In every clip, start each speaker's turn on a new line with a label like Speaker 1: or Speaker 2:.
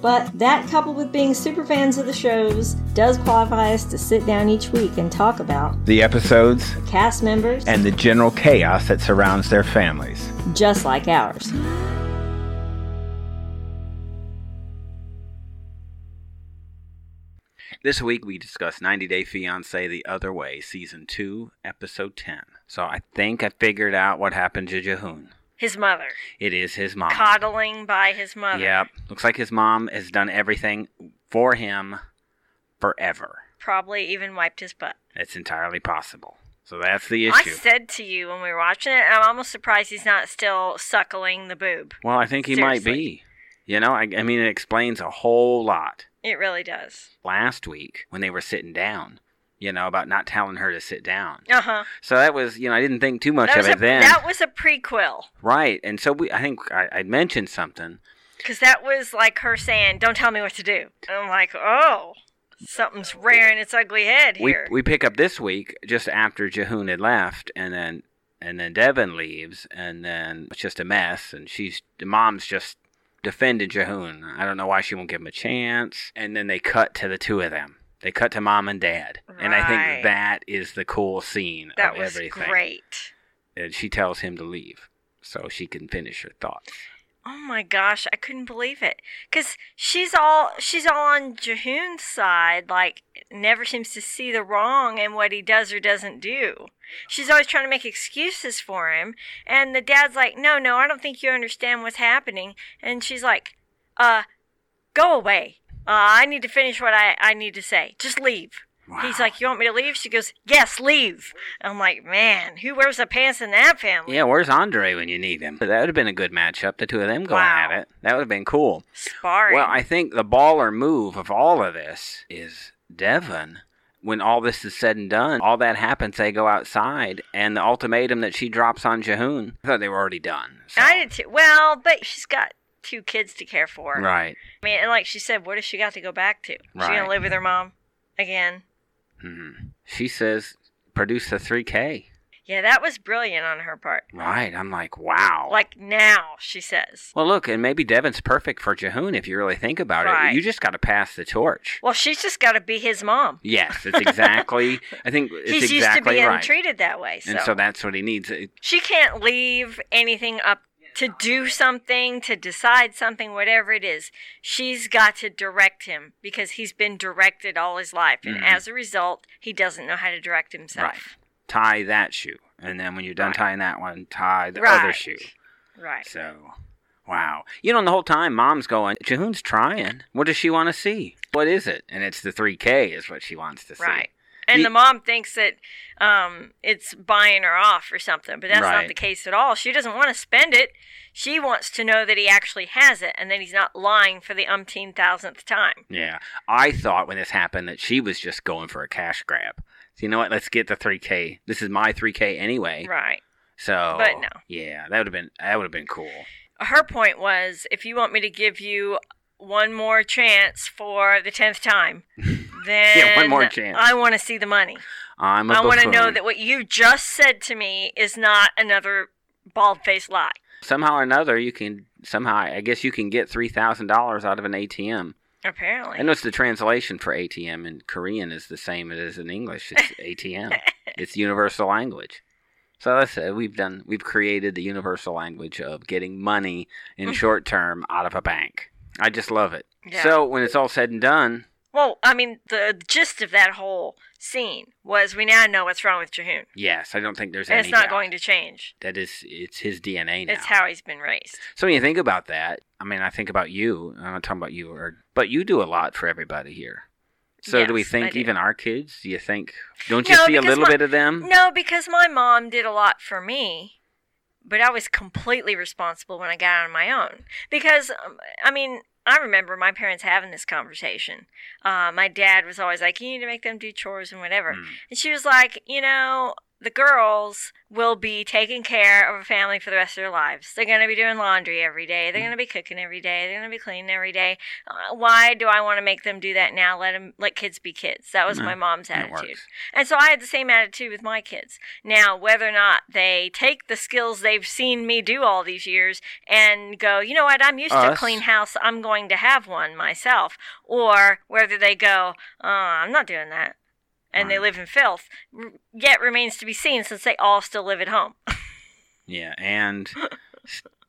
Speaker 1: but that coupled with being super fans of the shows does qualify us to sit down each week and talk about
Speaker 2: The episodes
Speaker 1: cast members
Speaker 2: and the general chaos that surrounds their families.
Speaker 1: just like ours.
Speaker 2: This week we discuss 90 Day Fiance The Other Way, Season 2, Episode 10. So I think I figured out what happened to Jahoon.
Speaker 3: His mother.
Speaker 2: It is his mom.
Speaker 3: Coddling by his mother.
Speaker 2: Yep. Looks like his mom has done everything for him forever.
Speaker 3: Probably even wiped his butt.
Speaker 2: It's entirely possible. So that's the
Speaker 3: I
Speaker 2: issue.
Speaker 3: said to you when we were watching it, I'm almost surprised he's not still suckling the boob.
Speaker 2: well, I think he might be. You know, I, I mean, it explains a whole lot.
Speaker 3: It really does.
Speaker 2: Last week, when they were sitting down, you know, about not telling her to sit down.
Speaker 3: Uh huh.
Speaker 2: So that was, you know, I didn't think too much
Speaker 3: That,
Speaker 2: of
Speaker 3: was
Speaker 2: it
Speaker 3: a-
Speaker 2: then.
Speaker 3: that was a prequel.
Speaker 2: Right. And so we, I think I, I mentioned something.
Speaker 3: Because that was like her saying, Don't tell me what to do. And I'm like, Oh, something's rearing its ugly head
Speaker 2: We,
Speaker 3: here.
Speaker 2: we pick up this week just after Jahoon had left, and then and then Devin leaves, and then it's just a mess, and she's the mom's just defending Jahoon. I don't know why she won't give him a chance. And then they cut to the two of them. They cut to mom and dad, and I think
Speaker 3: Right.
Speaker 2: that is the cool scene
Speaker 3: that
Speaker 2: of
Speaker 3: was
Speaker 2: everything.
Speaker 3: great.
Speaker 2: And she tells him to leave so she can finish her thoughts.
Speaker 3: Oh my gosh, I couldn't believe it. Cause she's all she's all on Jahoon's side, like never seems to see the wrong in what he does or doesn't do. She's always trying to make excuses for him, and the dad's like, "No, no, I don't think you understand what's happening." And she's like, "Uh, go away. Uh, I need to finish what I I need to say. Just leave." He's
Speaker 2: Wow.
Speaker 3: like, "You want me to leave?" She goes, "Yes, leave." I'm like, "Man, who wears the pants in that family?"
Speaker 2: Yeah, where's Andre when you need him? That would have been a good matchup, the two of them going
Speaker 3: Wow.
Speaker 2: at it. That would have been cool.
Speaker 3: Sparring.
Speaker 2: Well, I think the baller move of all of this is Devon. When all this is said and done, all that happens, they go outside, and the ultimatum that she drops on Jahoon, I thought they were already done. so-
Speaker 3: I did too. Well, but she's got two kids to care for.
Speaker 2: Right.
Speaker 3: I mean, and like she said, what has she got to go back to? She
Speaker 2: Right.
Speaker 3: gonna live with her mom again?
Speaker 2: hmm She says, produce the 3K.
Speaker 3: Yeah, that was brilliant on her part.
Speaker 2: Right. I'm like, wow.
Speaker 3: Like now, she says.
Speaker 2: well, look, and maybe Devon's perfect for Jahoon if you really think about
Speaker 3: Right.
Speaker 2: it. You just got to pass the torch.
Speaker 3: Well, she's just got to be his mom.
Speaker 2: Yes, it's exactly. I think it's
Speaker 3: He's used to
Speaker 2: exactly
Speaker 3: being
Speaker 2: right.
Speaker 3: treated that way. So.
Speaker 2: And so that's what he needs. It-
Speaker 3: she can't leave anything up to do something, to decide something, whatever it is. She's got to direct him because he's been directed all his life, and
Speaker 2: Mhm.
Speaker 3: as a result, he doesn't know how to direct himself.
Speaker 2: Right. tie that shoe. And then when you're done
Speaker 3: Mm. Right.
Speaker 2: tying that one, tie the other shoe.
Speaker 3: Right.
Speaker 2: So, wow. You know, and the whole time, mom's going, Jahoon's trying. What does she want to see? What is it? And it's the 3K is what she wants to see.
Speaker 3: Right. And
Speaker 2: Ye-
Speaker 3: the mom thinks that um, it's buying her off or something, but that's
Speaker 2: Right.
Speaker 3: not the case at all. She doesn't want to spend it. She wants to know that he actually has it and that he's not lying for the umpteen thousandth time.
Speaker 2: Yeah. I thought when this happened that she was just going for a cash grab. So, you know what? Let's get the 3K. This is my 3K anyway.
Speaker 3: Right.
Speaker 2: So,
Speaker 3: But no.
Speaker 2: Yeah, that would have been that would have been cool.
Speaker 3: Her point was if you want me to give you one more chance for the tenth time, then
Speaker 2: one more chance.
Speaker 3: I want to see the money.
Speaker 2: I'm a
Speaker 3: I want to know
Speaker 2: buffoon.
Speaker 3: that what you just said to me is not another bald faced lie.
Speaker 2: somehow or another you can somehow I guess you can get three thousand dollars out of an ATM.
Speaker 3: Apparently.
Speaker 2: I know it's the translation for ATM in Korean is the same as it is in English. It's ATM. It's universal language. So that's it. We've done. We've created the universal language of getting money in short term out of a bank. I just love it.
Speaker 3: Mm-hmm. Yeah.
Speaker 2: So when it's all said and done,
Speaker 3: Well, I mean, the gist of that whole scene was we now know what's wrong with Jahoon.
Speaker 2: yes, I don't think there's
Speaker 3: And
Speaker 2: any.
Speaker 3: it's not
Speaker 2: doubt.
Speaker 3: going to change.
Speaker 2: That is, it's his DNA now.
Speaker 3: It's how he's been raised.
Speaker 2: so when you think about that, I mean, I think about you. I'm not talking about you, or but you do a lot for everybody here. So do we
Speaker 3: Yes, I
Speaker 2: think
Speaker 3: do.
Speaker 2: even our kids? Do you think? Don't you
Speaker 3: No,
Speaker 2: see a
Speaker 3: because
Speaker 2: little
Speaker 3: my-
Speaker 2: bit of them?
Speaker 3: No, because my mom did a lot for me, but I was completely responsible when I got on my own. Because, um, I mean, I remember my parents having this conversation. Uh, my dad was always like, you need to make them do chores and whatever.
Speaker 2: Mm.
Speaker 3: And she was like, you know, the girls will be taking care of a family for the rest of their lives. They're going to be doing laundry every day.
Speaker 2: Mm.
Speaker 3: They're going to be cooking every day. They're going to be cleaning every day. Uh, why do I want to make them do that now? Let them let kids be kids. That was
Speaker 2: No,
Speaker 3: my mom's
Speaker 2: that
Speaker 3: attitude.
Speaker 2: works.
Speaker 3: And so I had the same attitude with my kids. Now, whether or not they take the skills they've seen me do all these years and go, you know what, I'm used to a
Speaker 2: Us.
Speaker 3: clean house. I'm going to have one myself. Or whether they go, uh, I'm not doing that and they
Speaker 2: Right.
Speaker 3: live in filth, r- yet remains to be seen since they all still live at home.
Speaker 2: Yeah, and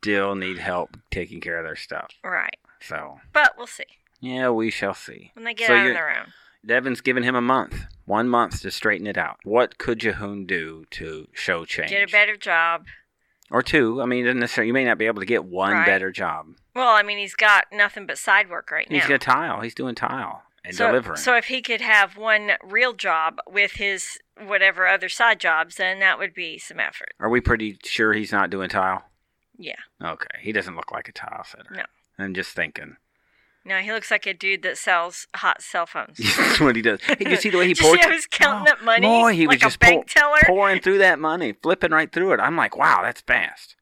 Speaker 2: still need help taking care of their stuff.
Speaker 3: right.
Speaker 2: So,
Speaker 3: But we'll see
Speaker 2: yeah, we shall see.
Speaker 3: when they get
Speaker 2: So
Speaker 3: out on
Speaker 2: you're-
Speaker 3: their own.
Speaker 2: Devin's given him a month, one month to straighten it out. What could Jehoon do to show change?
Speaker 3: Get a better job.
Speaker 2: or two. I mean, it doesn't necessarily. You may not be able to get one
Speaker 3: Right.
Speaker 2: better job.
Speaker 3: Well, I mean, he's got nothing but side work right
Speaker 2: He's
Speaker 3: now.
Speaker 2: got tile. He's doing tile and
Speaker 3: so,
Speaker 2: delivering.
Speaker 3: so if he could have one real job with his whatever other side jobs, then that would be some effort.
Speaker 2: Are we pretty sure he's not doing tile?
Speaker 3: Yeah.
Speaker 2: Okay, he doesn't look like a tile fitter.
Speaker 3: No.
Speaker 2: I'm just thinking.
Speaker 3: No, he looks like a dude that sells hot cell phones.
Speaker 2: That's what he does. Hey, did you see the way he
Speaker 3: Did you see
Speaker 2: poured?
Speaker 3: how he was counting up money
Speaker 2: Boy, he
Speaker 3: like
Speaker 2: was
Speaker 3: a
Speaker 2: just
Speaker 3: bank teller?
Speaker 2: pouring through that money, flipping right through it. I'm like, wow, that's fast.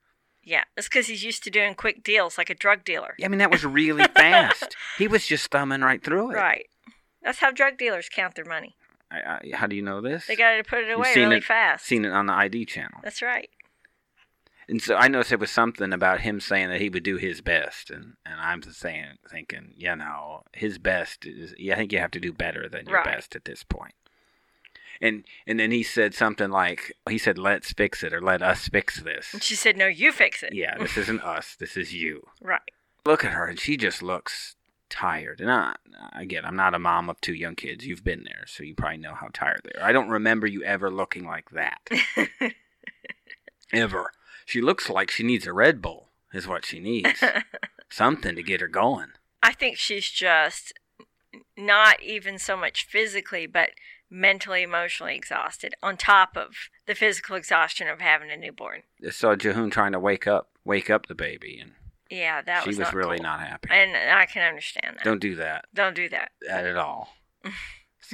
Speaker 3: yeah, that's because he's used to doing quick deals like a drug dealer.
Speaker 2: I mean, that was really fast. He was just thumbing right through it.
Speaker 3: Right. That's how drug dealers count their money.
Speaker 2: I, I, how do you know this?
Speaker 3: They got to put it
Speaker 2: You've
Speaker 3: away
Speaker 2: seen
Speaker 3: really
Speaker 2: it-
Speaker 3: fast.
Speaker 2: Seen it on the ID channel.
Speaker 3: That's right.
Speaker 2: And so I noticed it was something about him saying that he would do his best, and and I'm just saying, thinking, you know, his best is. Yeah, I think you have to do better than your
Speaker 3: Right.
Speaker 2: best at this point. And and then he said something like, he said, "Let's fix it," or "Let us fix
Speaker 3: And
Speaker 2: this."
Speaker 3: she said, "No, you fix it."
Speaker 2: Yeah, this isn't us. This is you.
Speaker 3: Right.
Speaker 2: Look at her, and she just looks tired. And I, again, I'm not a mom of two young kids. You've been there, so you probably know how tired they are. I don't remember you ever looking like that ever. She looks like she needs a Red Bull, is what she needs. Something to get her going.
Speaker 3: I think she's just not even so much physically, but mentally, emotionally exhausted. On top of the physical exhaustion of having a newborn.
Speaker 2: I saw Jehoon trying to wake up, wake up the baby, and
Speaker 3: Yeah, that
Speaker 2: she
Speaker 3: was,
Speaker 2: was,
Speaker 3: not
Speaker 2: really
Speaker 3: cool.
Speaker 2: not happy.
Speaker 3: And I can understand that.
Speaker 2: Don't do that
Speaker 3: Don't do that.
Speaker 2: at all. So,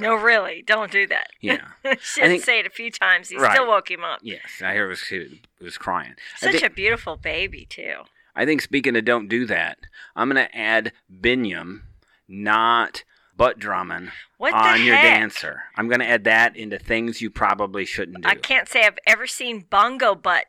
Speaker 3: No, really, don't do that.
Speaker 2: yeah,
Speaker 3: she
Speaker 2: I
Speaker 3: had to
Speaker 2: think-
Speaker 3: say it a few times. He
Speaker 2: Right.
Speaker 3: still woke him up.
Speaker 2: yes. I hear it was she was crying. I
Speaker 3: Such
Speaker 2: thi-
Speaker 3: a beautiful baby too.
Speaker 2: I think speaking of don't do that, I'm gonna add Binyam, not butt drumming
Speaker 3: What the
Speaker 2: on your
Speaker 3: heck?
Speaker 2: dancer. I'm gonna add that into things you probably shouldn't do.
Speaker 3: I can't say I've ever seen bongo butt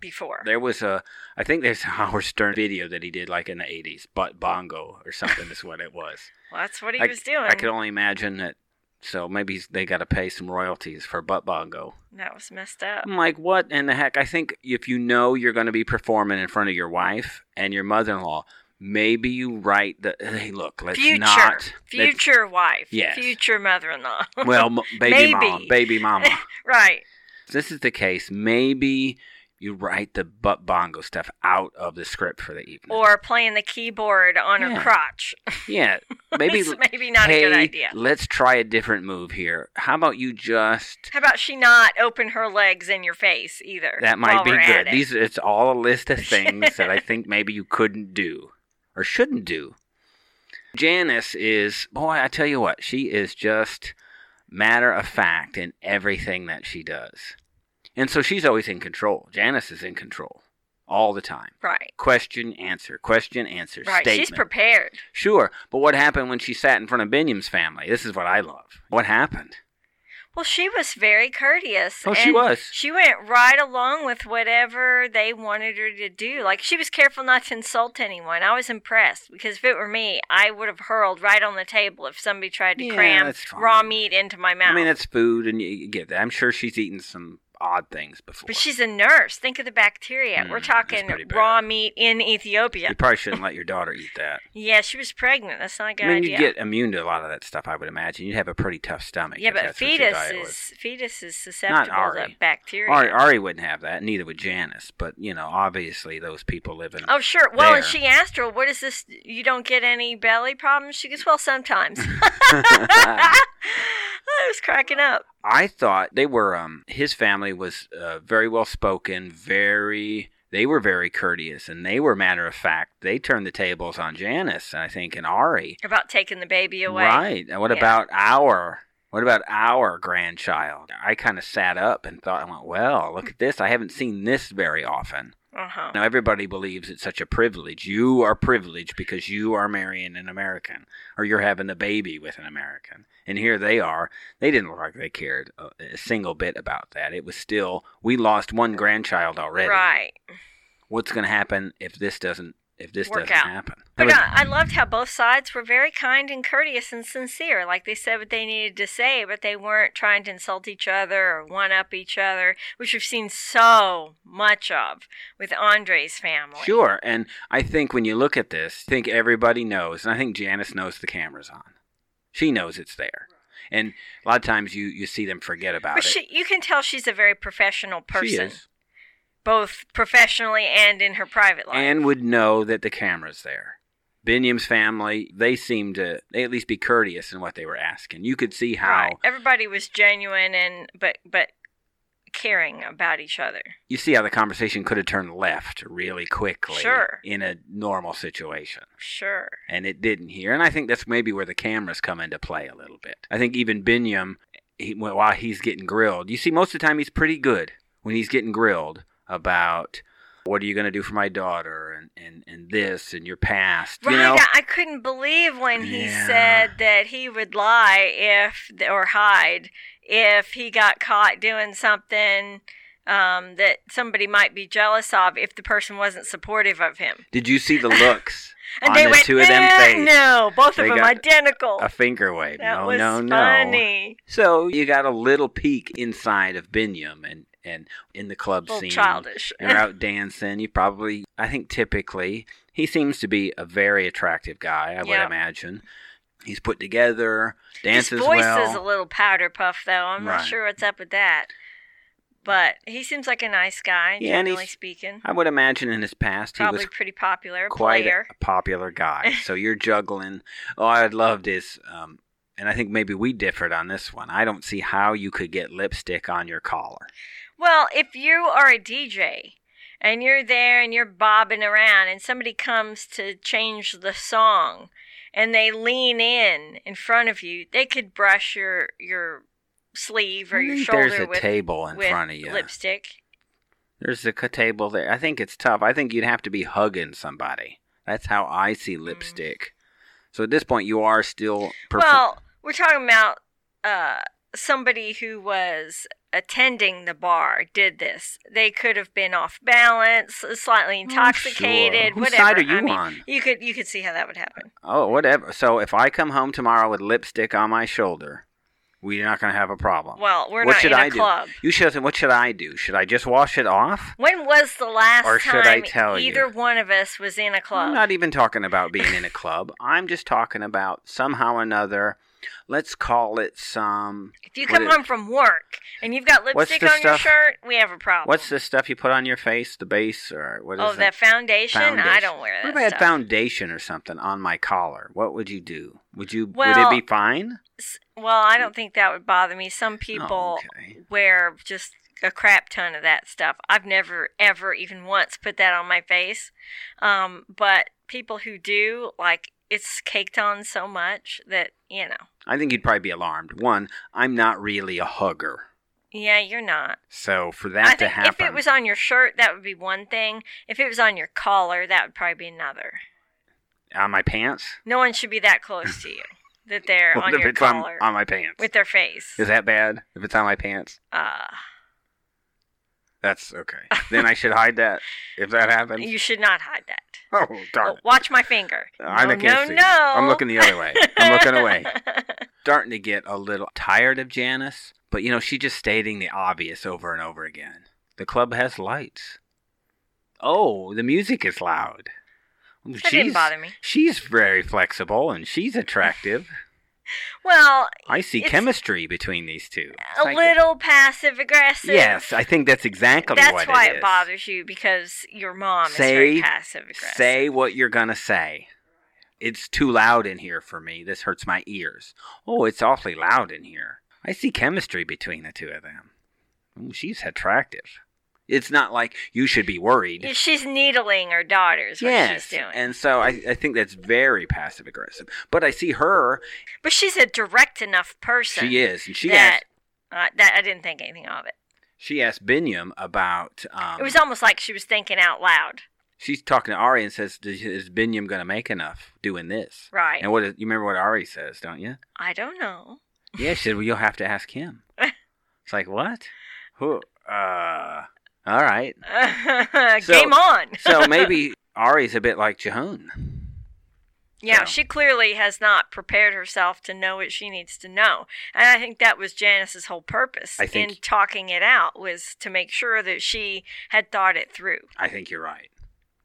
Speaker 3: before.
Speaker 2: There was a, I think there's a Howard Stern video that he did like in the 80s, butt bongo or something is what it was.
Speaker 3: Well, that's what he
Speaker 2: I,
Speaker 3: was doing.
Speaker 2: I could only imagine that. So maybe he's- they got to pay some royalties for butt bongo.
Speaker 3: that was messed up.
Speaker 2: I'm like, what in the heck? I think if you know you're going to be performing in front of your wife and your mother-in-law, maybe you write the. Hey, look, let's
Speaker 3: Future,
Speaker 2: not. let's-
Speaker 3: future wife,
Speaker 2: Yes.
Speaker 3: future mother-in-law.
Speaker 2: well, m- baby mom,
Speaker 3: Maybe.
Speaker 2: baby mama.
Speaker 3: right.
Speaker 2: If this is the case. Maybe you write the butt bongo stuff out of the script for the evening.
Speaker 3: Or playing the keyboard on
Speaker 2: Yeah.
Speaker 3: her crotch.
Speaker 2: yeah, maybe
Speaker 3: It's maybe not a good
Speaker 2: hey,
Speaker 3: idea.
Speaker 2: Let's try a different move here. How about you just
Speaker 3: How about she not open her legs in your face either?
Speaker 2: That
Speaker 3: while
Speaker 2: might be
Speaker 3: we're at
Speaker 2: good.
Speaker 3: it?
Speaker 2: These it's all a list of things that I think maybe you couldn't do or shouldn't do. Janice is boy, I tell you what, she is just matter of fact in everything that she does. And so she's always in control. Janice is in control all the time.
Speaker 3: right,
Speaker 2: Question, answer, question, answer,
Speaker 3: right.
Speaker 2: statement.
Speaker 3: She's prepared.
Speaker 2: sure, but what happened when she sat in front of Binyam's family? This is what I love. What happened?
Speaker 3: Well, she was very courteous.
Speaker 2: Oh,
Speaker 3: and
Speaker 2: she was.
Speaker 3: She went right along with whatever they wanted her to do. Like, she was careful not to insult anyone. I was impressed because if it were me, I would have hurled right on the table if somebody tried to
Speaker 2: Yeah,
Speaker 3: cram
Speaker 2: that's fine.
Speaker 3: raw meat into my mouth.
Speaker 2: I mean, that's food, and you, you get that. I'm sure she's eaten some odd things before.
Speaker 3: but she's a nurse. Think of the bacteria.
Speaker 2: Mm,
Speaker 3: We're
Speaker 2: that's
Speaker 3: talking
Speaker 2: pretty bad.
Speaker 3: raw meat in Ethiopia.
Speaker 2: You probably shouldn't let your daughter eat that.
Speaker 3: Yeah, she was pregnant. That's not a good
Speaker 2: I mean,
Speaker 3: idea.
Speaker 2: you'd get immune to a lot of that stuff, I would imagine. You'd have a pretty tough stomach.
Speaker 3: yeah,
Speaker 2: if
Speaker 3: but
Speaker 2: that's what your
Speaker 3: fetus
Speaker 2: diet
Speaker 3: is
Speaker 2: was.
Speaker 3: fetus is susceptible to
Speaker 2: Ari.
Speaker 3: bacteria.
Speaker 2: Ari, Ari wouldn't have that, neither would Janice. But, you know, obviously those people live in.
Speaker 3: Oh, sure. Well, and
Speaker 2: there.
Speaker 3: she asked her, "What is this? You don't get any belly problems?" She goes, "Well, sometimes." I was cracking up.
Speaker 2: I thought they were, um, his family was uh, very well spoken, very, they were very courteous, and they were matter of fact. They turned the tables on Janice, I think, and Ari.
Speaker 3: About taking the baby away.
Speaker 2: Right. And what
Speaker 3: Yeah.
Speaker 2: about our, what What about our grandchild? I kind of sat up and thought, I went, well, look at this. I haven't seen this very often.
Speaker 3: Uh huh.
Speaker 2: Now, everybody believes it's such a privilege. You are privileged because you are marrying an American or you're having a baby with an American. And here they are. They didn't look like they cared a, a single bit about that. It was still, we lost one grandchild already.
Speaker 3: Right.
Speaker 2: What's going to happen if this doesn't? If this
Speaker 3: Work
Speaker 2: doesn't
Speaker 3: out.
Speaker 2: happen, I
Speaker 3: But
Speaker 2: was-
Speaker 3: I, I loved how both sides were very kind and courteous and sincere. Like they said what they needed to say, but they weren't trying to insult each other or one up each other, which we've seen so much of with Andre's family.
Speaker 2: Sure. And I think when you look at this, I think everybody knows, and I think Janice knows the camera's on. She knows it's there. And a lot of times you, you see them forget about
Speaker 3: But
Speaker 2: it.
Speaker 3: she, you can tell she's a very professional person,
Speaker 2: She is.
Speaker 3: both professionally and in her private life.
Speaker 2: And would know that the camera's there. Binyam's family, they seemed to they at least be courteous in what they were asking. You could see how
Speaker 3: Right. everybody was genuine and but but caring about each other.
Speaker 2: you see how the conversation could have turned left really quickly
Speaker 3: Sure.
Speaker 2: in a normal situation.
Speaker 3: Sure.
Speaker 2: and it didn't here. And I think that's maybe where the cameras come into play a little bit. I think even Binyam, he, while he's getting grilled, you see, most of the time he's pretty good when he's getting grilled about what are you going to do for my daughter and, and, and this and your past.
Speaker 3: Right,
Speaker 2: You know,
Speaker 3: I I couldn't believe when he
Speaker 2: Yeah.
Speaker 3: said that he would lie if or hide if he got caught doing something um, that somebody might be jealous of if the person wasn't supportive of him.
Speaker 2: did you see the looks
Speaker 3: And
Speaker 2: on
Speaker 3: they
Speaker 2: the
Speaker 3: went,
Speaker 2: two of them
Speaker 3: "Eh,
Speaker 2: face?
Speaker 3: No, both
Speaker 2: They
Speaker 3: of them
Speaker 2: got
Speaker 3: identical.
Speaker 2: A finger wave.
Speaker 3: that
Speaker 2: no,
Speaker 3: was
Speaker 2: no, no.
Speaker 3: funny.
Speaker 2: So you got a little peek inside of Binyam and, and in the club
Speaker 3: A little
Speaker 2: scene.
Speaker 3: childish.
Speaker 2: you're out dancing. You probably, I think, typically he seems to be a very attractive guy. I would
Speaker 3: Yeah.
Speaker 2: imagine he's put together, dances
Speaker 3: His voice
Speaker 2: well.
Speaker 3: is a little powder puff, though. I'm
Speaker 2: Right.
Speaker 3: not sure what's up with that. But he seems like a nice guy,
Speaker 2: Yeah, and he's-
Speaker 3: generally speaking.
Speaker 2: I would imagine in his past
Speaker 3: Probably
Speaker 2: he was
Speaker 3: pretty popular
Speaker 2: quite a,
Speaker 3: player.
Speaker 2: a popular guy. so you're juggling. Oh, I loved his. Um, and I think maybe we differed on this one. I don't see how you could get lipstick on your collar.
Speaker 3: Well, if you are a DJ and you're there and you're bobbing around and somebody comes to change the song and they lean in in front of you, they could brush your your sleeve or
Speaker 2: I
Speaker 3: your
Speaker 2: think
Speaker 3: shoulder
Speaker 2: There's a
Speaker 3: with,
Speaker 2: table in
Speaker 3: with
Speaker 2: front of you.
Speaker 3: lipstick.
Speaker 2: There's a c- table there. I think it's tough. I think you'd have to be hugging somebody. That's how I
Speaker 3: Mm.
Speaker 2: see lipstick. So at this point, you are still. perf-
Speaker 3: Well, we're talking about uh, somebody who was attending the bar did this. They could have been off balance, slightly intoxicated,
Speaker 2: Oh, Sure. Whose
Speaker 3: whatever.
Speaker 2: side are you
Speaker 3: I mean,
Speaker 2: on?
Speaker 3: You could you could see how that would happen.
Speaker 2: Oh, whatever. So if I come home tomorrow with lipstick on my shoulder, we're not going to have a problem.
Speaker 3: Well, we're
Speaker 2: what
Speaker 3: not
Speaker 2: should
Speaker 3: in a
Speaker 2: I do?
Speaker 3: club.
Speaker 2: You should. What should I do? Should I just wash it off?
Speaker 3: When was the last
Speaker 2: Or
Speaker 3: time
Speaker 2: should I tell you?
Speaker 3: either one of us was in a club?
Speaker 2: I'm not even talking about being in a club. I'm just talking about somehow or another. Let's call it some.
Speaker 3: if you
Speaker 2: what
Speaker 3: come
Speaker 2: is-
Speaker 3: home from work and you've got
Speaker 2: What's
Speaker 3: lipstick
Speaker 2: the
Speaker 3: on your
Speaker 2: stuff-
Speaker 3: shirt, we have a problem.
Speaker 2: What's the stuff you put on your face? The base or what is
Speaker 3: Oh,
Speaker 2: that?
Speaker 3: that foundation? I don't wear
Speaker 2: What
Speaker 3: that
Speaker 2: if I had
Speaker 3: stuff.
Speaker 2: foundation or something on my collar? What would you do? Would you
Speaker 3: Well,
Speaker 2: would it be fine? Oh,
Speaker 3: S- well, I don't think that would bother me. Some people
Speaker 2: okay.
Speaker 3: wear just a crap ton of that stuff. I've never, ever, even once put that on my face. Um, but people who do, like, it's caked on so much that, you know,
Speaker 2: I think you'd probably be alarmed. One, I'm not really a hugger.
Speaker 3: yeah, you're not.
Speaker 2: So for
Speaker 3: I
Speaker 2: that to
Speaker 3: think
Speaker 2: happen
Speaker 3: if it was on your shirt, that would be one thing. If it was on your collar, that would probably be another.
Speaker 2: on my pants,
Speaker 3: No one should be that close to you that they're
Speaker 2: What
Speaker 3: on
Speaker 2: if
Speaker 3: your
Speaker 2: it's on,
Speaker 3: collar
Speaker 2: on my pants.
Speaker 3: with their face.
Speaker 2: Is that bad? If it's on my pants?
Speaker 3: Uh,
Speaker 2: That's okay. then I should hide that if that happens.
Speaker 3: you should not hide that.
Speaker 2: oh darn.
Speaker 3: Oh, watch my finger.
Speaker 2: I
Speaker 3: no,
Speaker 2: can't see.
Speaker 3: no, no.
Speaker 2: I'm looking the other way. I'm looking away. starting to get a little tired of Janice, but you know, she just stating the obvious over and over again. The club has lights. Oh, the music is loud. That
Speaker 3: didn't bother me.
Speaker 2: She's very flexible and she's attractive.
Speaker 3: well,
Speaker 2: I see
Speaker 3: It's-
Speaker 2: chemistry between these two. It's
Speaker 3: a
Speaker 2: like-
Speaker 3: little passive aggressive.
Speaker 2: Yes, I think that's exactly
Speaker 3: That's
Speaker 2: what
Speaker 3: why
Speaker 2: it
Speaker 3: it,
Speaker 2: is.
Speaker 3: bothers you because your mom is
Speaker 2: Say-
Speaker 3: very passive aggressive.
Speaker 2: Say what you're going to say. It's too loud in here for me. This hurts my ears. Oh, it's awfully loud in here. I see chemistry between the two of them. Ooh, she's attractive. It's not like you should be worried.
Speaker 3: Yeah, She's needling her daughters. What she's doing.
Speaker 2: and so I, I think that's very passive aggressive. But I see her;
Speaker 3: but she's a direct enough person.
Speaker 2: she is, and she
Speaker 3: that,
Speaker 2: asked
Speaker 3: uh, that I didn't think anything of it.
Speaker 2: she asked Binyam about. Um,
Speaker 3: It was almost like she was thinking out loud.
Speaker 2: she's talking to Ari and says, "Is- "Is Binyam going to make enough doing this?"
Speaker 3: Right.
Speaker 2: And what is, you remember what Ari says, don't you?
Speaker 3: I don't know.
Speaker 2: Yeah, she said, "Well, you'll have to ask him." it's like what? Who? Uh, all right.
Speaker 3: Game on.
Speaker 2: So maybe Ari's a bit like Jehun.
Speaker 3: Yeah,
Speaker 2: So-
Speaker 3: she clearly has not prepared herself to know what she needs to know. And I think that was Janice's whole purpose
Speaker 2: I think-
Speaker 3: in talking it out was to make sure that she had thought it through.
Speaker 2: I think you're right,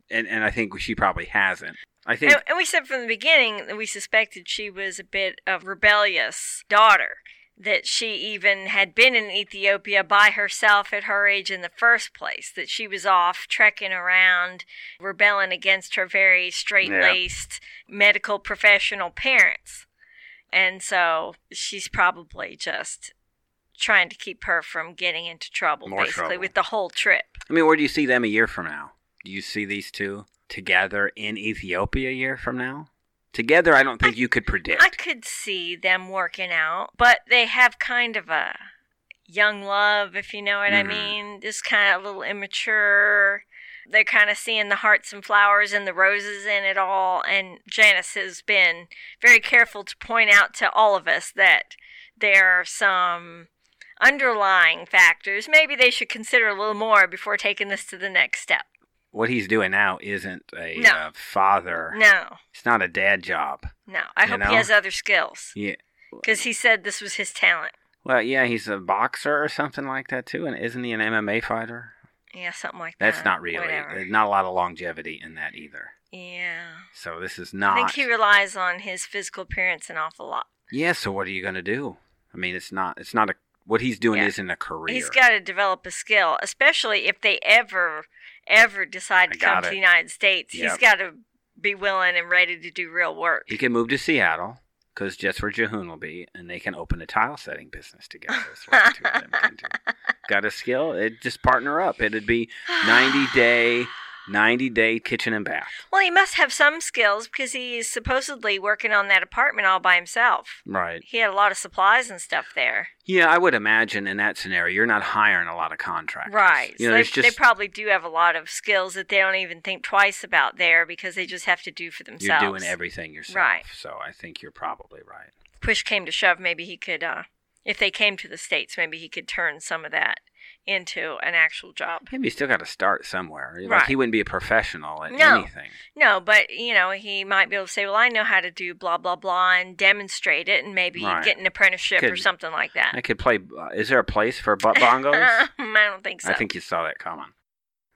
Speaker 2: and and I think she probably hasn't. I think
Speaker 3: And, and we said from the beginning that we suspected she was a bit of rebellious daughter. That she even had been in Ethiopia by herself at her age in the first place. That she was off trekking around, rebelling against her very straight laced medical professional parents. And so she's probably just trying to keep her from getting into trouble,
Speaker 2: More
Speaker 3: basically,
Speaker 2: trouble.
Speaker 3: with the whole trip.
Speaker 2: I mean, where do you see them a year from now? Do you see these two together in Ethiopia a year from now? Together, I don't think you could predict.
Speaker 3: I could see them working out, but they have kind of a young love, if you know what
Speaker 2: Mhm.
Speaker 3: I mean. Just kind of a little immature. They're kind of seeing the hearts and flowers and the roses in it all. And Janice has been very careful to point out to all of us that there are some underlying factors maybe they should consider a little more before taking this to the next step.
Speaker 2: what he's doing now isn't a
Speaker 3: No.
Speaker 2: uh, father.
Speaker 3: No,
Speaker 2: It's not a dad job.
Speaker 3: no. I
Speaker 2: You
Speaker 3: hope
Speaker 2: know?
Speaker 3: he has other skills
Speaker 2: Yeah.
Speaker 3: because he said this was his talent.
Speaker 2: Well, yeah, he's a boxer or something like that too, and isn't he an MMA fighter?
Speaker 3: Yeah, something like that.
Speaker 2: That's not really.
Speaker 3: whatever.
Speaker 2: There's not a lot of longevity in that either.
Speaker 3: Yeah.
Speaker 2: So this is
Speaker 3: I
Speaker 2: not.
Speaker 3: think he relies on his physical appearance an awful lot.
Speaker 2: yeah. So what are you gonna do? I mean, it's not. It's not a. What he's doing
Speaker 3: Yeah.
Speaker 2: isn't a career.
Speaker 3: He's got to develop a skill, especially if they ever, ever decide
Speaker 2: I
Speaker 3: to come
Speaker 2: got
Speaker 3: to
Speaker 2: it.
Speaker 3: the United States.
Speaker 2: Yep.
Speaker 3: He's got to be willing and ready to do real work.
Speaker 2: He can move to Seattle because that's where Jehoon will be, and they can open a tile setting business together. That's what the two of them can do. Got a skill? It just partner up. It'd be ninety day, ninety day kitchen and bath.
Speaker 3: Well, he must have some skills because he is supposedly working on that apartment all by himself.
Speaker 2: Right.
Speaker 3: He had a lot of supplies and stuff there.
Speaker 2: Yeah, I would imagine in that scenario, you're not hiring a lot of contractors.
Speaker 3: Right.
Speaker 2: You know,
Speaker 3: so they,
Speaker 2: there's
Speaker 3: they
Speaker 2: just
Speaker 3: probably do have a lot of skills that they don't even think twice about there because they just have to do for
Speaker 2: you're
Speaker 3: themselves.
Speaker 2: doing everything yourself.
Speaker 3: Right.
Speaker 2: So I think you're probably right.
Speaker 3: push came to shove, maybe he could, uh, if they came to the States, maybe he could turn some of that into an actual job.
Speaker 2: Maybe you still got to start somewhere. Like
Speaker 3: Right.
Speaker 2: he wouldn't be a professional at
Speaker 3: No.
Speaker 2: anything.
Speaker 3: No, but, you know, he might be able to say, well, I know how to do blah, blah, blah, and demonstrate it and maybe
Speaker 2: Right.
Speaker 3: get an apprenticeship or
Speaker 2: Could-
Speaker 3: something like that.
Speaker 2: I could play. Uh, is there a place for butt bongos?
Speaker 3: I don't think so.
Speaker 2: I think you saw that coming.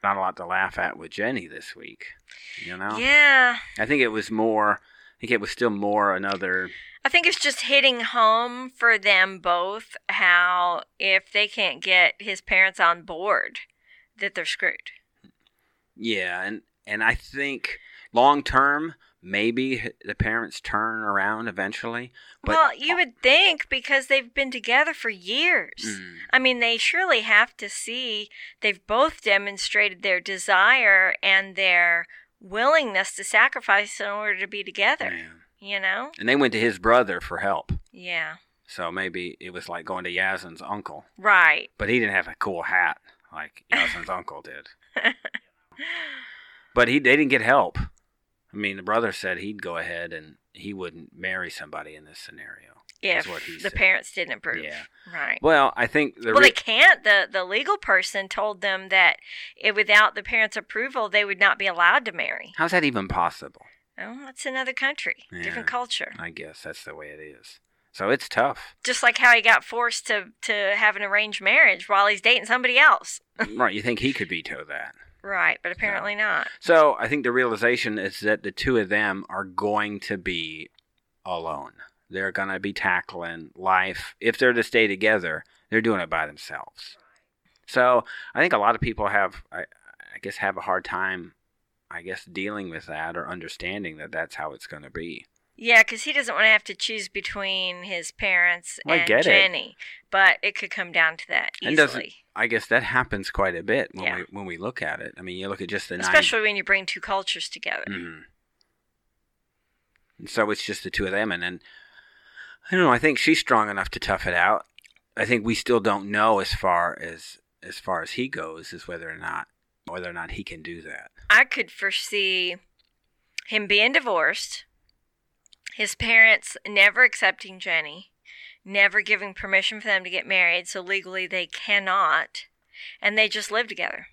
Speaker 2: Not a lot to laugh at with Jenny this week. You know?
Speaker 3: Yeah.
Speaker 2: I think it was more, I think it was still more another,
Speaker 3: I think it's just hitting home for them both how if they can't get his parents on board, that they're screwed.
Speaker 2: yeah. And, and I think long term, maybe the parents turn around eventually. But
Speaker 3: well, you would think because they've been together for years.
Speaker 2: Mm.
Speaker 3: I mean, they surely have to see they've both demonstrated their desire and their willingness to sacrifice in order to be together.
Speaker 2: Yeah.
Speaker 3: You know?
Speaker 2: And they went to his brother for help.
Speaker 3: Yeah.
Speaker 2: So maybe it was like going to Yazin's uncle.
Speaker 3: Right.
Speaker 2: But he didn't have a cool hat like Yasin's uncle did. But he they didn't get help. I mean, the brother said he'd go ahead and he wouldn't marry somebody in this scenario.
Speaker 3: If
Speaker 2: what he
Speaker 3: the
Speaker 2: said.
Speaker 3: parents didn't approve.
Speaker 2: Yeah.
Speaker 3: Right.
Speaker 2: Well, I think the
Speaker 3: well,
Speaker 2: re-
Speaker 3: they can't. The the legal person told them that it, without the parents' approval, they would not be allowed to marry.
Speaker 2: how's that even possible?
Speaker 3: Oh, that's another country, different
Speaker 2: Yeah.
Speaker 3: culture.
Speaker 2: I guess that's the way it is. So it's tough,
Speaker 3: Just like how he got forced to to have an arranged marriage while he's dating somebody else.
Speaker 2: right? You think he could veto that?
Speaker 3: Right, but apparently not.
Speaker 2: So I think the realization is that the two of them are going to be alone. They're going to be tackling life. If they're to stay together, they're doing it by themselves. So I think a lot of people have, I, I guess, have a hard time, I guess, dealing with that or understanding that that's how it's going to be.
Speaker 3: Yeah, because he doesn't want to have to choose between his parents
Speaker 2: I
Speaker 3: and
Speaker 2: get it.
Speaker 3: Jenny, but it could come down to that
Speaker 2: And doesn't-
Speaker 3: easily,
Speaker 2: I guess that happens quite a bit when
Speaker 3: Yeah.
Speaker 2: we when we look at it. I mean, you look at just the
Speaker 3: especially when you bring two cultures together.
Speaker 2: 9 Mhm. And so it's just the two of them, and then I don't know. I think she's strong enough to tough it out. I think we still don't know as far as as far as he goes is whether or not whether or not he can do that.
Speaker 3: I could foresee him being divorced, his parents never accepting Jenny, never giving permission for them to get married, so legally they cannot, and they just live together.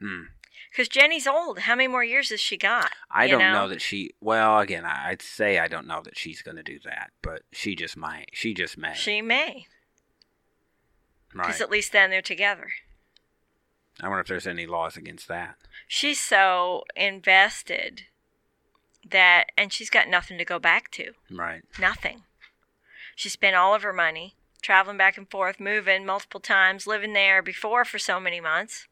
Speaker 2: Hmm.
Speaker 3: Because Jenny's old. How many more years has she got?
Speaker 2: I
Speaker 3: you
Speaker 2: don't know? that she. Well, again, I- I'd say I don't know that she's going to do that, but she just might. She just may.
Speaker 3: She may, because
Speaker 2: right.
Speaker 3: at least then they're together.
Speaker 2: I wonder if there's any laws against that.
Speaker 3: She's so invested that, and she's got nothing to go back to.
Speaker 2: Right.
Speaker 3: Nothing. She spent all of her money traveling back and forth, moving multiple times, living there before for so many months,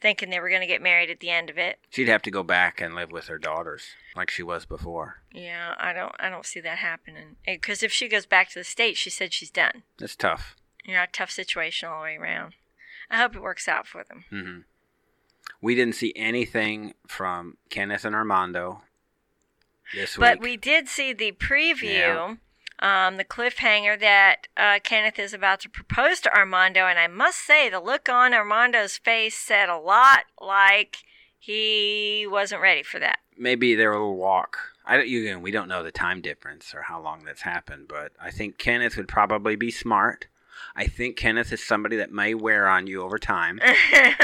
Speaker 3: thinking they were going to get married at the end of it.
Speaker 2: She'd have to go back and live with her daughters like she was before.
Speaker 3: Yeah, I don't, I don't see that happening. Because if she goes back to the states, she said she's done.
Speaker 2: That's tough.
Speaker 3: You know, a tough situation all the way around. I hope it works out for them.
Speaker 2: hmm We didn't see anything from Kenneth and Armando this
Speaker 3: But
Speaker 2: week.
Speaker 3: we did see the preview, um, the cliffhanger that uh, Kenneth is about to propose to Armando, and I must say the look on Armando's face said a lot like he wasn't ready for that.
Speaker 2: Maybe their little walk. I don't, you again, we don't know the time difference or how long that's happened, but I think Kenneth would probably be smart. I think Kenneth is somebody that may wear on you over time.
Speaker 3: Er,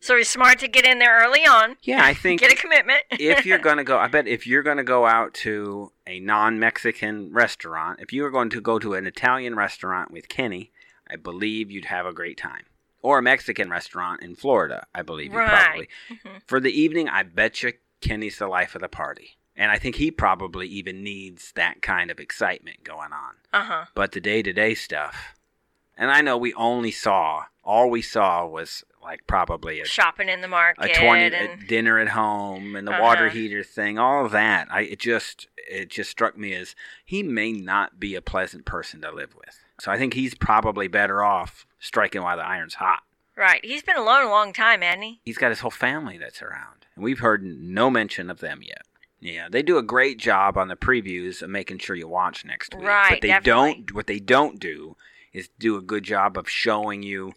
Speaker 3: so he's smart to get in there early on,
Speaker 2: Yeah, I think
Speaker 3: get a commitment.
Speaker 2: if you're gonna go, I bet if you're gonna go out to a non-Mexican restaurant, if you were going to go to an Italian restaurant with Kenny, I believe you'd have a great time. Or a Mexican restaurant in Florida, I believe you
Speaker 3: Right.
Speaker 2: probably. For the evening, I bet you Kenny's the life of the party, and I think he probably even needs that kind of excitement going on.
Speaker 3: uh huh.
Speaker 2: But the day-to-day stuff, and I know we only saw all we saw was like probably a
Speaker 3: Shopping in the market.
Speaker 2: a 20 a
Speaker 3: and,
Speaker 2: dinner at home and the water
Speaker 3: Uh-huh.
Speaker 2: heater thing all of that i it just it just struck me as he may not be a pleasant person to live with so i think he's probably better off striking while the iron's hot
Speaker 3: right. He's been alone a long time, hasn't he?
Speaker 2: he's got his whole family that's around and we've heard no mention of them yet yeah they do a great job on the previews of making sure you watch next week
Speaker 3: Right,
Speaker 2: but they
Speaker 3: definitely.
Speaker 2: don't what they don't do is do a good job of showing you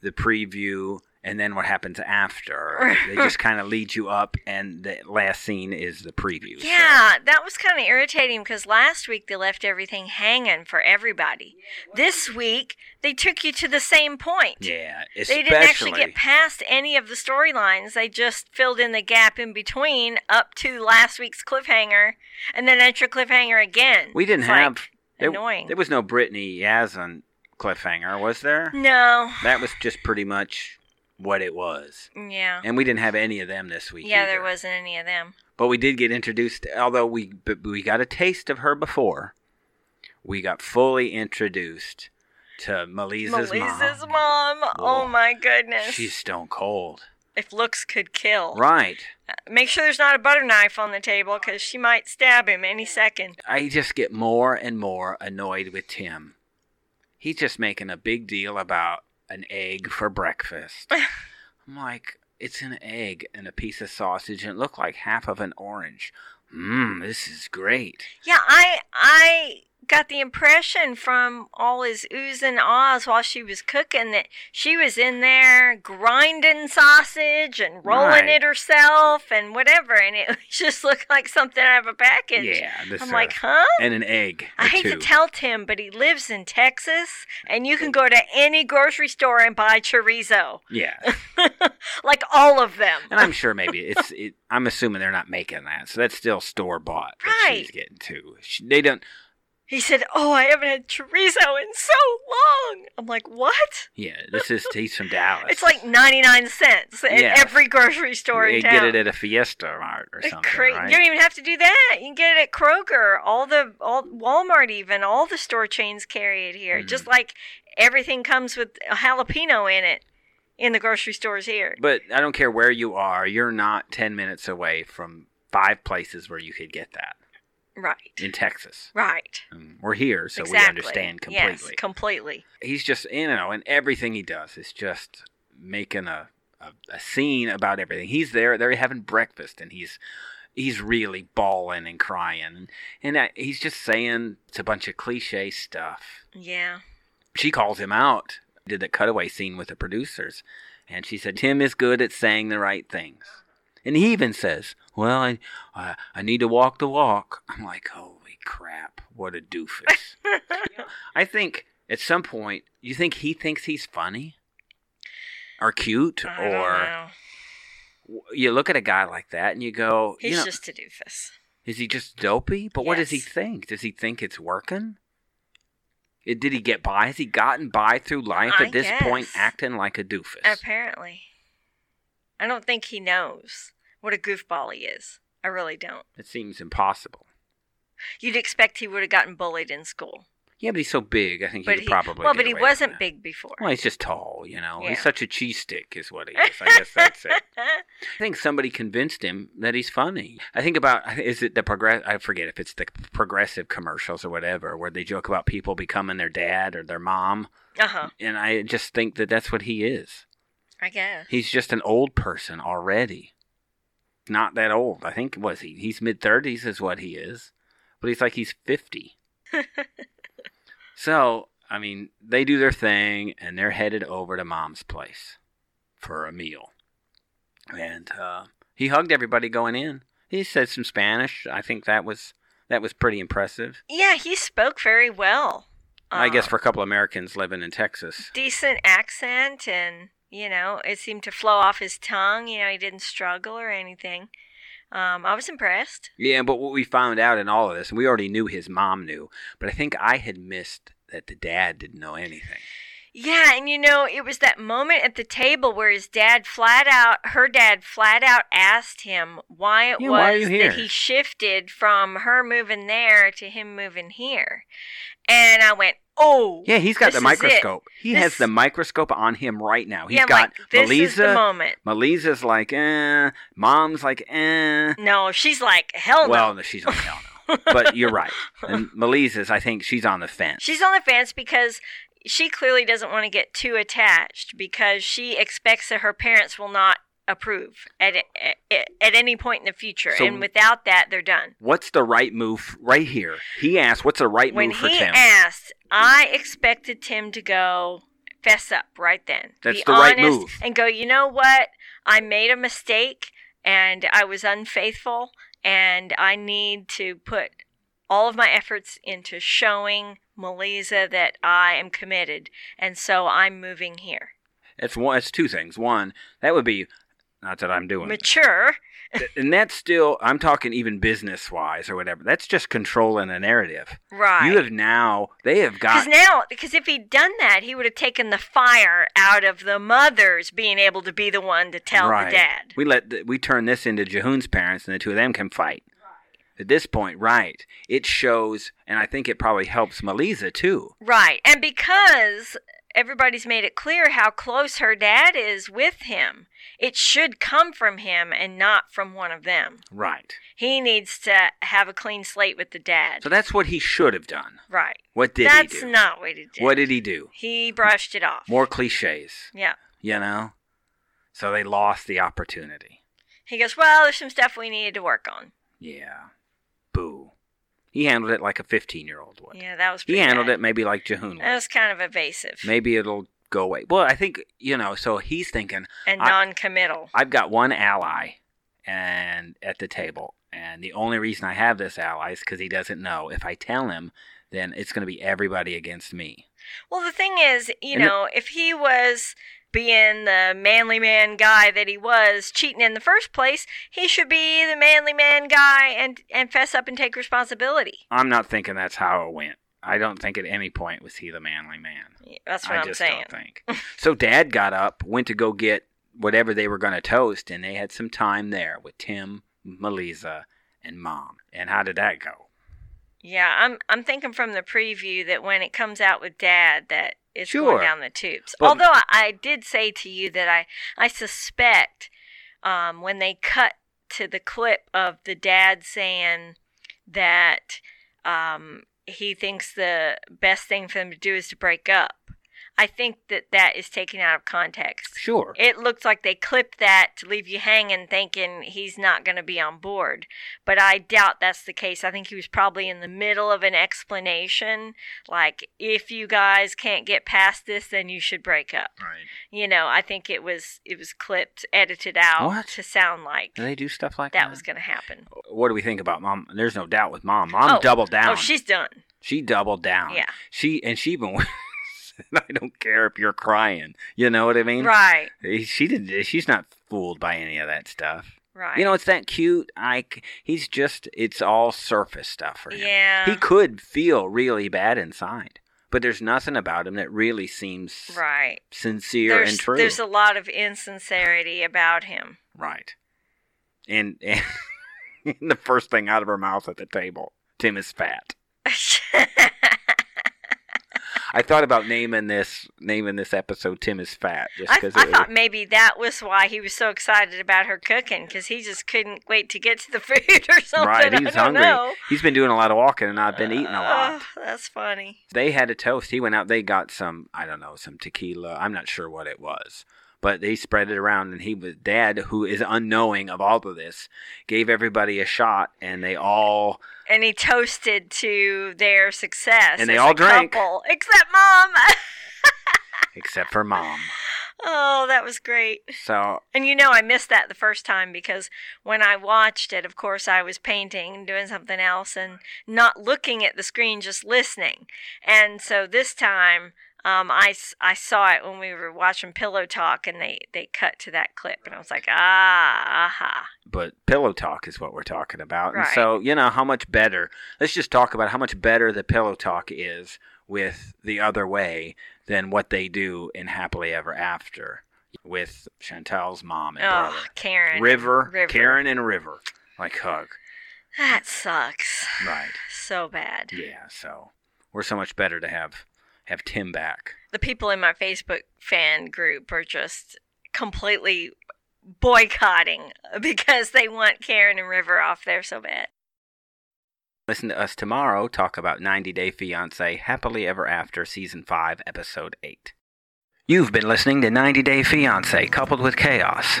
Speaker 2: the preview and then what happens after they just kind of lead you up and the last scene is the preview so-
Speaker 3: Yeah, that was kind of irritating because last week they left everything hanging for everybody. This week they took you to the same point.
Speaker 2: yeah
Speaker 3: They
Speaker 2: especially
Speaker 3: didn't actually get past any of the storylines. They just filled in the gap in between up to last week's cliffhanger and then at your cliffhanger again.
Speaker 2: we didn't
Speaker 3: It's
Speaker 2: have
Speaker 3: like,
Speaker 2: there,
Speaker 3: annoying.
Speaker 2: there was no brittany yazan cliffhanger was there
Speaker 3: no.
Speaker 2: that was just pretty much what it was
Speaker 3: Yeah.
Speaker 2: And we didn't have any of them this week.
Speaker 3: Yeah, there
Speaker 2: either.
Speaker 3: wasn't any of them.
Speaker 2: But we did get introduced. Although we but we got a taste of her before, we got fully introduced to Malisa's
Speaker 3: Melissa's
Speaker 2: mom.
Speaker 3: mom.
Speaker 2: Oh.
Speaker 3: Oh my goodness.
Speaker 2: She's stone cold.
Speaker 3: if looks could kill.
Speaker 2: Right.
Speaker 3: Make sure there's not a butter knife on the table because she might stab him any second.
Speaker 2: I just get more and more annoyed with Tim. He's just making a big deal about an egg for breakfast. I'm like, it's an egg and a piece of sausage, and it looked like half of an orange. Mmm, this is great.
Speaker 3: Yeah, I I got the impression from all his oohs and ahs while she was cooking that she was in there grinding sausage and rolling
Speaker 2: Right.
Speaker 3: it herself and whatever, and it just looked like something out of a package.
Speaker 2: Yeah, this
Speaker 3: I'm
Speaker 2: uh,
Speaker 3: like, huh?
Speaker 2: and an egg. or
Speaker 3: I hate
Speaker 2: two.
Speaker 3: to tell Tim, but he lives in Texas, and you can go to any grocery store and buy chorizo,
Speaker 2: Yeah,
Speaker 3: like all of them.
Speaker 2: and I'm sure maybe it's. It, I'm assuming they're not making that, so that's still store bought.
Speaker 3: Right.
Speaker 2: she's getting too. She, they don't.
Speaker 3: He said, "Oh, I haven't had chorizo in so long." I'm like, "What?"
Speaker 2: Yeah, this is he's from Dallas.
Speaker 3: It's like 99 cents at
Speaker 2: Yeah.
Speaker 3: every grocery store
Speaker 2: they
Speaker 3: in town.
Speaker 2: get it at a Fiesta Mart or
Speaker 3: It's
Speaker 2: something,
Speaker 3: cra-
Speaker 2: right?
Speaker 3: You don't even have to do that. You can get it at Kroger, all the all Walmart, even all the store chains carry it here.
Speaker 2: Mhm.
Speaker 3: Just like everything comes with a jalapeno in it in the grocery stores here.
Speaker 2: But I don't care where you are. You're not ten minutes away from five places where you could get that.
Speaker 3: Right.
Speaker 2: in Texas.
Speaker 3: Right.
Speaker 2: Um, we're here, so
Speaker 3: exactly.
Speaker 2: we understand completely.
Speaker 3: Yes, completely.
Speaker 2: He's just, you know, and everything he does is just making a, a, a scene about everything. He's there, they're having breakfast, and he's he's really bawling and crying. And, and that, he's just saying it's a bunch of cliche stuff.
Speaker 3: Yeah.
Speaker 2: she calls him out. Did that cutaway scene with the producers, and she said Tim is good at saying the right things, and he even says, "Well, I, I, I need to walk the walk." I'm like, "Holy crap! What a doofus!" I think at some point you think he thinks he's funny, or cute,
Speaker 3: I don't
Speaker 2: or
Speaker 3: know.
Speaker 2: you look at a guy like that and you go,
Speaker 3: He's
Speaker 2: "You know,
Speaker 3: just a doofus.
Speaker 2: is he just dopey? But what does he
Speaker 3: Yes.
Speaker 2: think? Does he think it's working? It- Did he get by? Has he gotten by through life
Speaker 3: I
Speaker 2: at this point
Speaker 3: guess.
Speaker 2: acting like a doofus?
Speaker 3: Apparently. I don't think he knows what a goofball he is. I really don't.
Speaker 2: it seems impossible.
Speaker 3: You'd expect he would have gotten bullied in school.
Speaker 2: Yeah, but he's so big. I think he
Speaker 3: But
Speaker 2: could
Speaker 3: he,
Speaker 2: probably.
Speaker 3: well,
Speaker 2: get
Speaker 3: but he
Speaker 2: away
Speaker 3: wasn't
Speaker 2: from that.
Speaker 3: big before.
Speaker 2: Well, he's just tall, you know.
Speaker 3: Yeah.
Speaker 2: He's such a cheese stick, is what he is. I guess that's it. I think somebody convinced him that he's funny. I think about is it the progress? I forget if it's the progressive commercials or whatever, where they joke about people becoming their dad or their mom,
Speaker 3: uh huh.
Speaker 2: and I just think that that's what he is.
Speaker 3: I guess.
Speaker 2: He's just an old person already. Not that old. I think was he? He's mid thirties is what he is. But he's like he's fifty. so, I mean, they do their thing and they're headed over to mom's place for a meal. And uh, he hugged everybody going in. He said some Spanish. I think that was that was pretty impressive.
Speaker 3: Yeah, he spoke very well.
Speaker 2: I guess
Speaker 3: Um,
Speaker 2: for a couple Americans living in Texas.
Speaker 3: decent accent and you know it seemed to flow off his tongue you know he didn't struggle or anything um, i was impressed
Speaker 2: Yeah, but what we found out in all of this, and we already knew his mom knew, but I think I had missed that the dad didn't know anything.
Speaker 3: yeah and you know it was that moment at the table where his dad flat out her dad flat out asked him why it
Speaker 2: Yeah,
Speaker 3: was
Speaker 2: why are you here?
Speaker 3: that he shifted from her moving there to him moving here and i went oh
Speaker 2: Yeah, he's got
Speaker 3: this
Speaker 2: the
Speaker 3: is it.
Speaker 2: microscope. He has
Speaker 3: This-
Speaker 2: the microscope on him right now. He's
Speaker 3: yeah, I'm
Speaker 2: got
Speaker 3: like, this is the
Speaker 2: Melisa.
Speaker 3: moment
Speaker 2: Melisa's like, eh. Mom's like, eh.
Speaker 3: no she's like hell no
Speaker 2: Well, no, she's like, hell no. But you're right. And Melisa's, I think she's on the fence.
Speaker 3: She's on the fence because she clearly doesn't want to get too attached because she expects that her parents will not approve at at, at any point in the future,
Speaker 2: So-
Speaker 3: and without that, they're done.
Speaker 2: What's the right move right here? He asked, what's the right
Speaker 3: When
Speaker 2: move for
Speaker 3: he
Speaker 2: Tim?
Speaker 3: asked, I expected Tim to go fess up right then.
Speaker 2: That's
Speaker 3: Be
Speaker 2: the right
Speaker 3: honest
Speaker 2: move.
Speaker 3: And go, you know what? I made a mistake and I was unfaithful and I need to put all of my efforts into showing Melisa that I am committed and so I'm moving here.
Speaker 2: it's, one, it's two things. One, that would be, not that I'm doing
Speaker 3: Mature.
Speaker 2: Th- and that's still I'm talking even business wise or whatever. That's just controlling a narrative.
Speaker 3: Right.
Speaker 2: You have now they have
Speaker 3: Because
Speaker 2: got
Speaker 3: now, because if he'd done that, he would have taken the fire out of the mother's being able to be the one to tell
Speaker 2: right.
Speaker 3: the dad.
Speaker 2: We let th- we turn this into Jehoon's parents, and the two of them can fight. At this point, right? It shows, and I think it probably helps Melisa too.
Speaker 3: Right. And because everybody's made it clear how close her dad is with him, it should come from him and not from one of them.
Speaker 2: Right.
Speaker 3: He needs to have a clean slate with the dad.
Speaker 2: So that's what he should have done.
Speaker 3: right.
Speaker 2: What did
Speaker 3: That's
Speaker 2: he do?
Speaker 3: not what he did.
Speaker 2: What did he do?
Speaker 3: He brushed it off.
Speaker 2: More cliches,
Speaker 3: Yeah.
Speaker 2: you know. So they lost the opportunity.
Speaker 3: He goes, Well, there's some stuff we needed to work on.
Speaker 2: Yeah. Boo. He handled it like a fifteen-year-old would.
Speaker 3: Yeah, that was
Speaker 2: He
Speaker 3: pretty
Speaker 2: handled
Speaker 3: bad.
Speaker 2: it maybe like Jehoon
Speaker 3: That
Speaker 2: was.
Speaker 3: was kind of evasive
Speaker 2: Maybe it'll go away. Well, I think, you know, so he's thinking,
Speaker 3: and
Speaker 2: I-
Speaker 3: non committal.
Speaker 2: I've got one ally and at the table. And the only reason I have this ally is because he doesn't know. If I tell him, then it's going to be everybody against me.
Speaker 3: Well, the thing is, you
Speaker 2: And it-
Speaker 3: know, if he was being the manly man guy that he was cheating in the first place, he should be the manly man guy and and fess up and take responsibility.
Speaker 2: I'm not thinking that's how it went. I don't think at any point was he the manly man.
Speaker 3: That's what
Speaker 2: I
Speaker 3: am
Speaker 2: just
Speaker 3: saying.
Speaker 2: don't think. so dad got up, went to go get whatever they were going to toast, and they had some time there with Tim, Melisa, and mom. And how did that go?
Speaker 3: Yeah, I'm I'm thinking from the preview that when it comes out with Dad that it's
Speaker 2: Sure.
Speaker 3: going down the tubes.
Speaker 2: But-
Speaker 3: Although I, I did say to you that I I suspect um, when they cut to the clip of the dad saying that um, he thinks the best thing for them to do is to break up. I think that that is taken out of context.
Speaker 2: Sure.
Speaker 3: It looks like they clipped that to leave you hanging, thinking he's not going to be on board. But I doubt that's the case. I think he was probably in the middle of an explanation, like, if you guys can't get past this, then you should break up.
Speaker 2: Right.
Speaker 3: You know, I think it was it was clipped, edited out
Speaker 2: What?
Speaker 3: to sound like
Speaker 2: Do they do stuff like that?
Speaker 3: that was going to happen.
Speaker 2: What do we think about mom? There's no doubt with mom. Mom
Speaker 3: Oh.
Speaker 2: doubled down.
Speaker 3: Oh, she's done.
Speaker 2: she doubled down.
Speaker 3: Yeah.
Speaker 2: She and she been. I don't care if you're crying. You know what I mean?
Speaker 3: Right.
Speaker 2: She did. She's not fooled by any of that stuff.
Speaker 3: Right.
Speaker 2: You know, it's that cute. I. c- He's just. It's all surface stuff for him.
Speaker 3: yeah.
Speaker 2: He could feel really bad inside, but there's nothing about him that really seems
Speaker 3: right.
Speaker 2: sincere
Speaker 3: There's,
Speaker 2: and true.
Speaker 3: there's a lot of insincerity about him.
Speaker 2: Right. And, and the first thing out of her mouth at the table, Tim is fat.
Speaker 3: I,
Speaker 2: I thought about naming this naming this episode "Tim is Fat" just
Speaker 3: I
Speaker 2: because it
Speaker 3: thought
Speaker 2: was,
Speaker 3: maybe that was why he was so excited about her cooking because he just couldn't wait to get to the food or something.
Speaker 2: right.
Speaker 3: I
Speaker 2: He's
Speaker 3: don't
Speaker 2: hungry.
Speaker 3: Know.
Speaker 2: He's been doing a lot of walking, and I've been eating a lot.
Speaker 3: Oh, that's funny.
Speaker 2: They had a toast. He went out. They got some. I don't know some tequila. I'm not sure what it was. But they spread it around, and he was dad, who is unknowing of all of this, gave everybody a shot, and they all
Speaker 3: And he toasted to their success.
Speaker 2: And they
Speaker 3: as
Speaker 2: all
Speaker 3: a
Speaker 2: drank.
Speaker 3: couple, except mom.
Speaker 2: except for mom.
Speaker 3: oh, that was great.
Speaker 2: So
Speaker 3: And you know, I missed that the first time because when I watched it, of course, I was painting and doing something else and not looking at the screen, just listening. And so this time, um, I, s- I saw it when we were watching Pillow Talk and they, they cut to that clip. And I was like, ah, aha.
Speaker 2: but pillow talk is what we're talking about. And
Speaker 3: Right.
Speaker 2: so, you know, how much better, let's just talk about how much better the pillow talk is with the other way than what they do in Happily Ever After with Chantal's mom and
Speaker 3: Oh, Karen.
Speaker 2: brother. River,
Speaker 3: River.
Speaker 2: Karen and River. Like hug.
Speaker 3: That sucks
Speaker 2: Right.
Speaker 3: so bad.
Speaker 2: Yeah. So we're so much better to have have Tim back.
Speaker 3: the people in my Facebook fan group are just completely boycotting because they want Karen and River off there so bad.
Speaker 2: Listen to us tomorrow talk about 90 Day Fiancé Happily Ever After Season 5, Episode 8. You've been listening to 90 Day Fiancé Coupled with Chaos.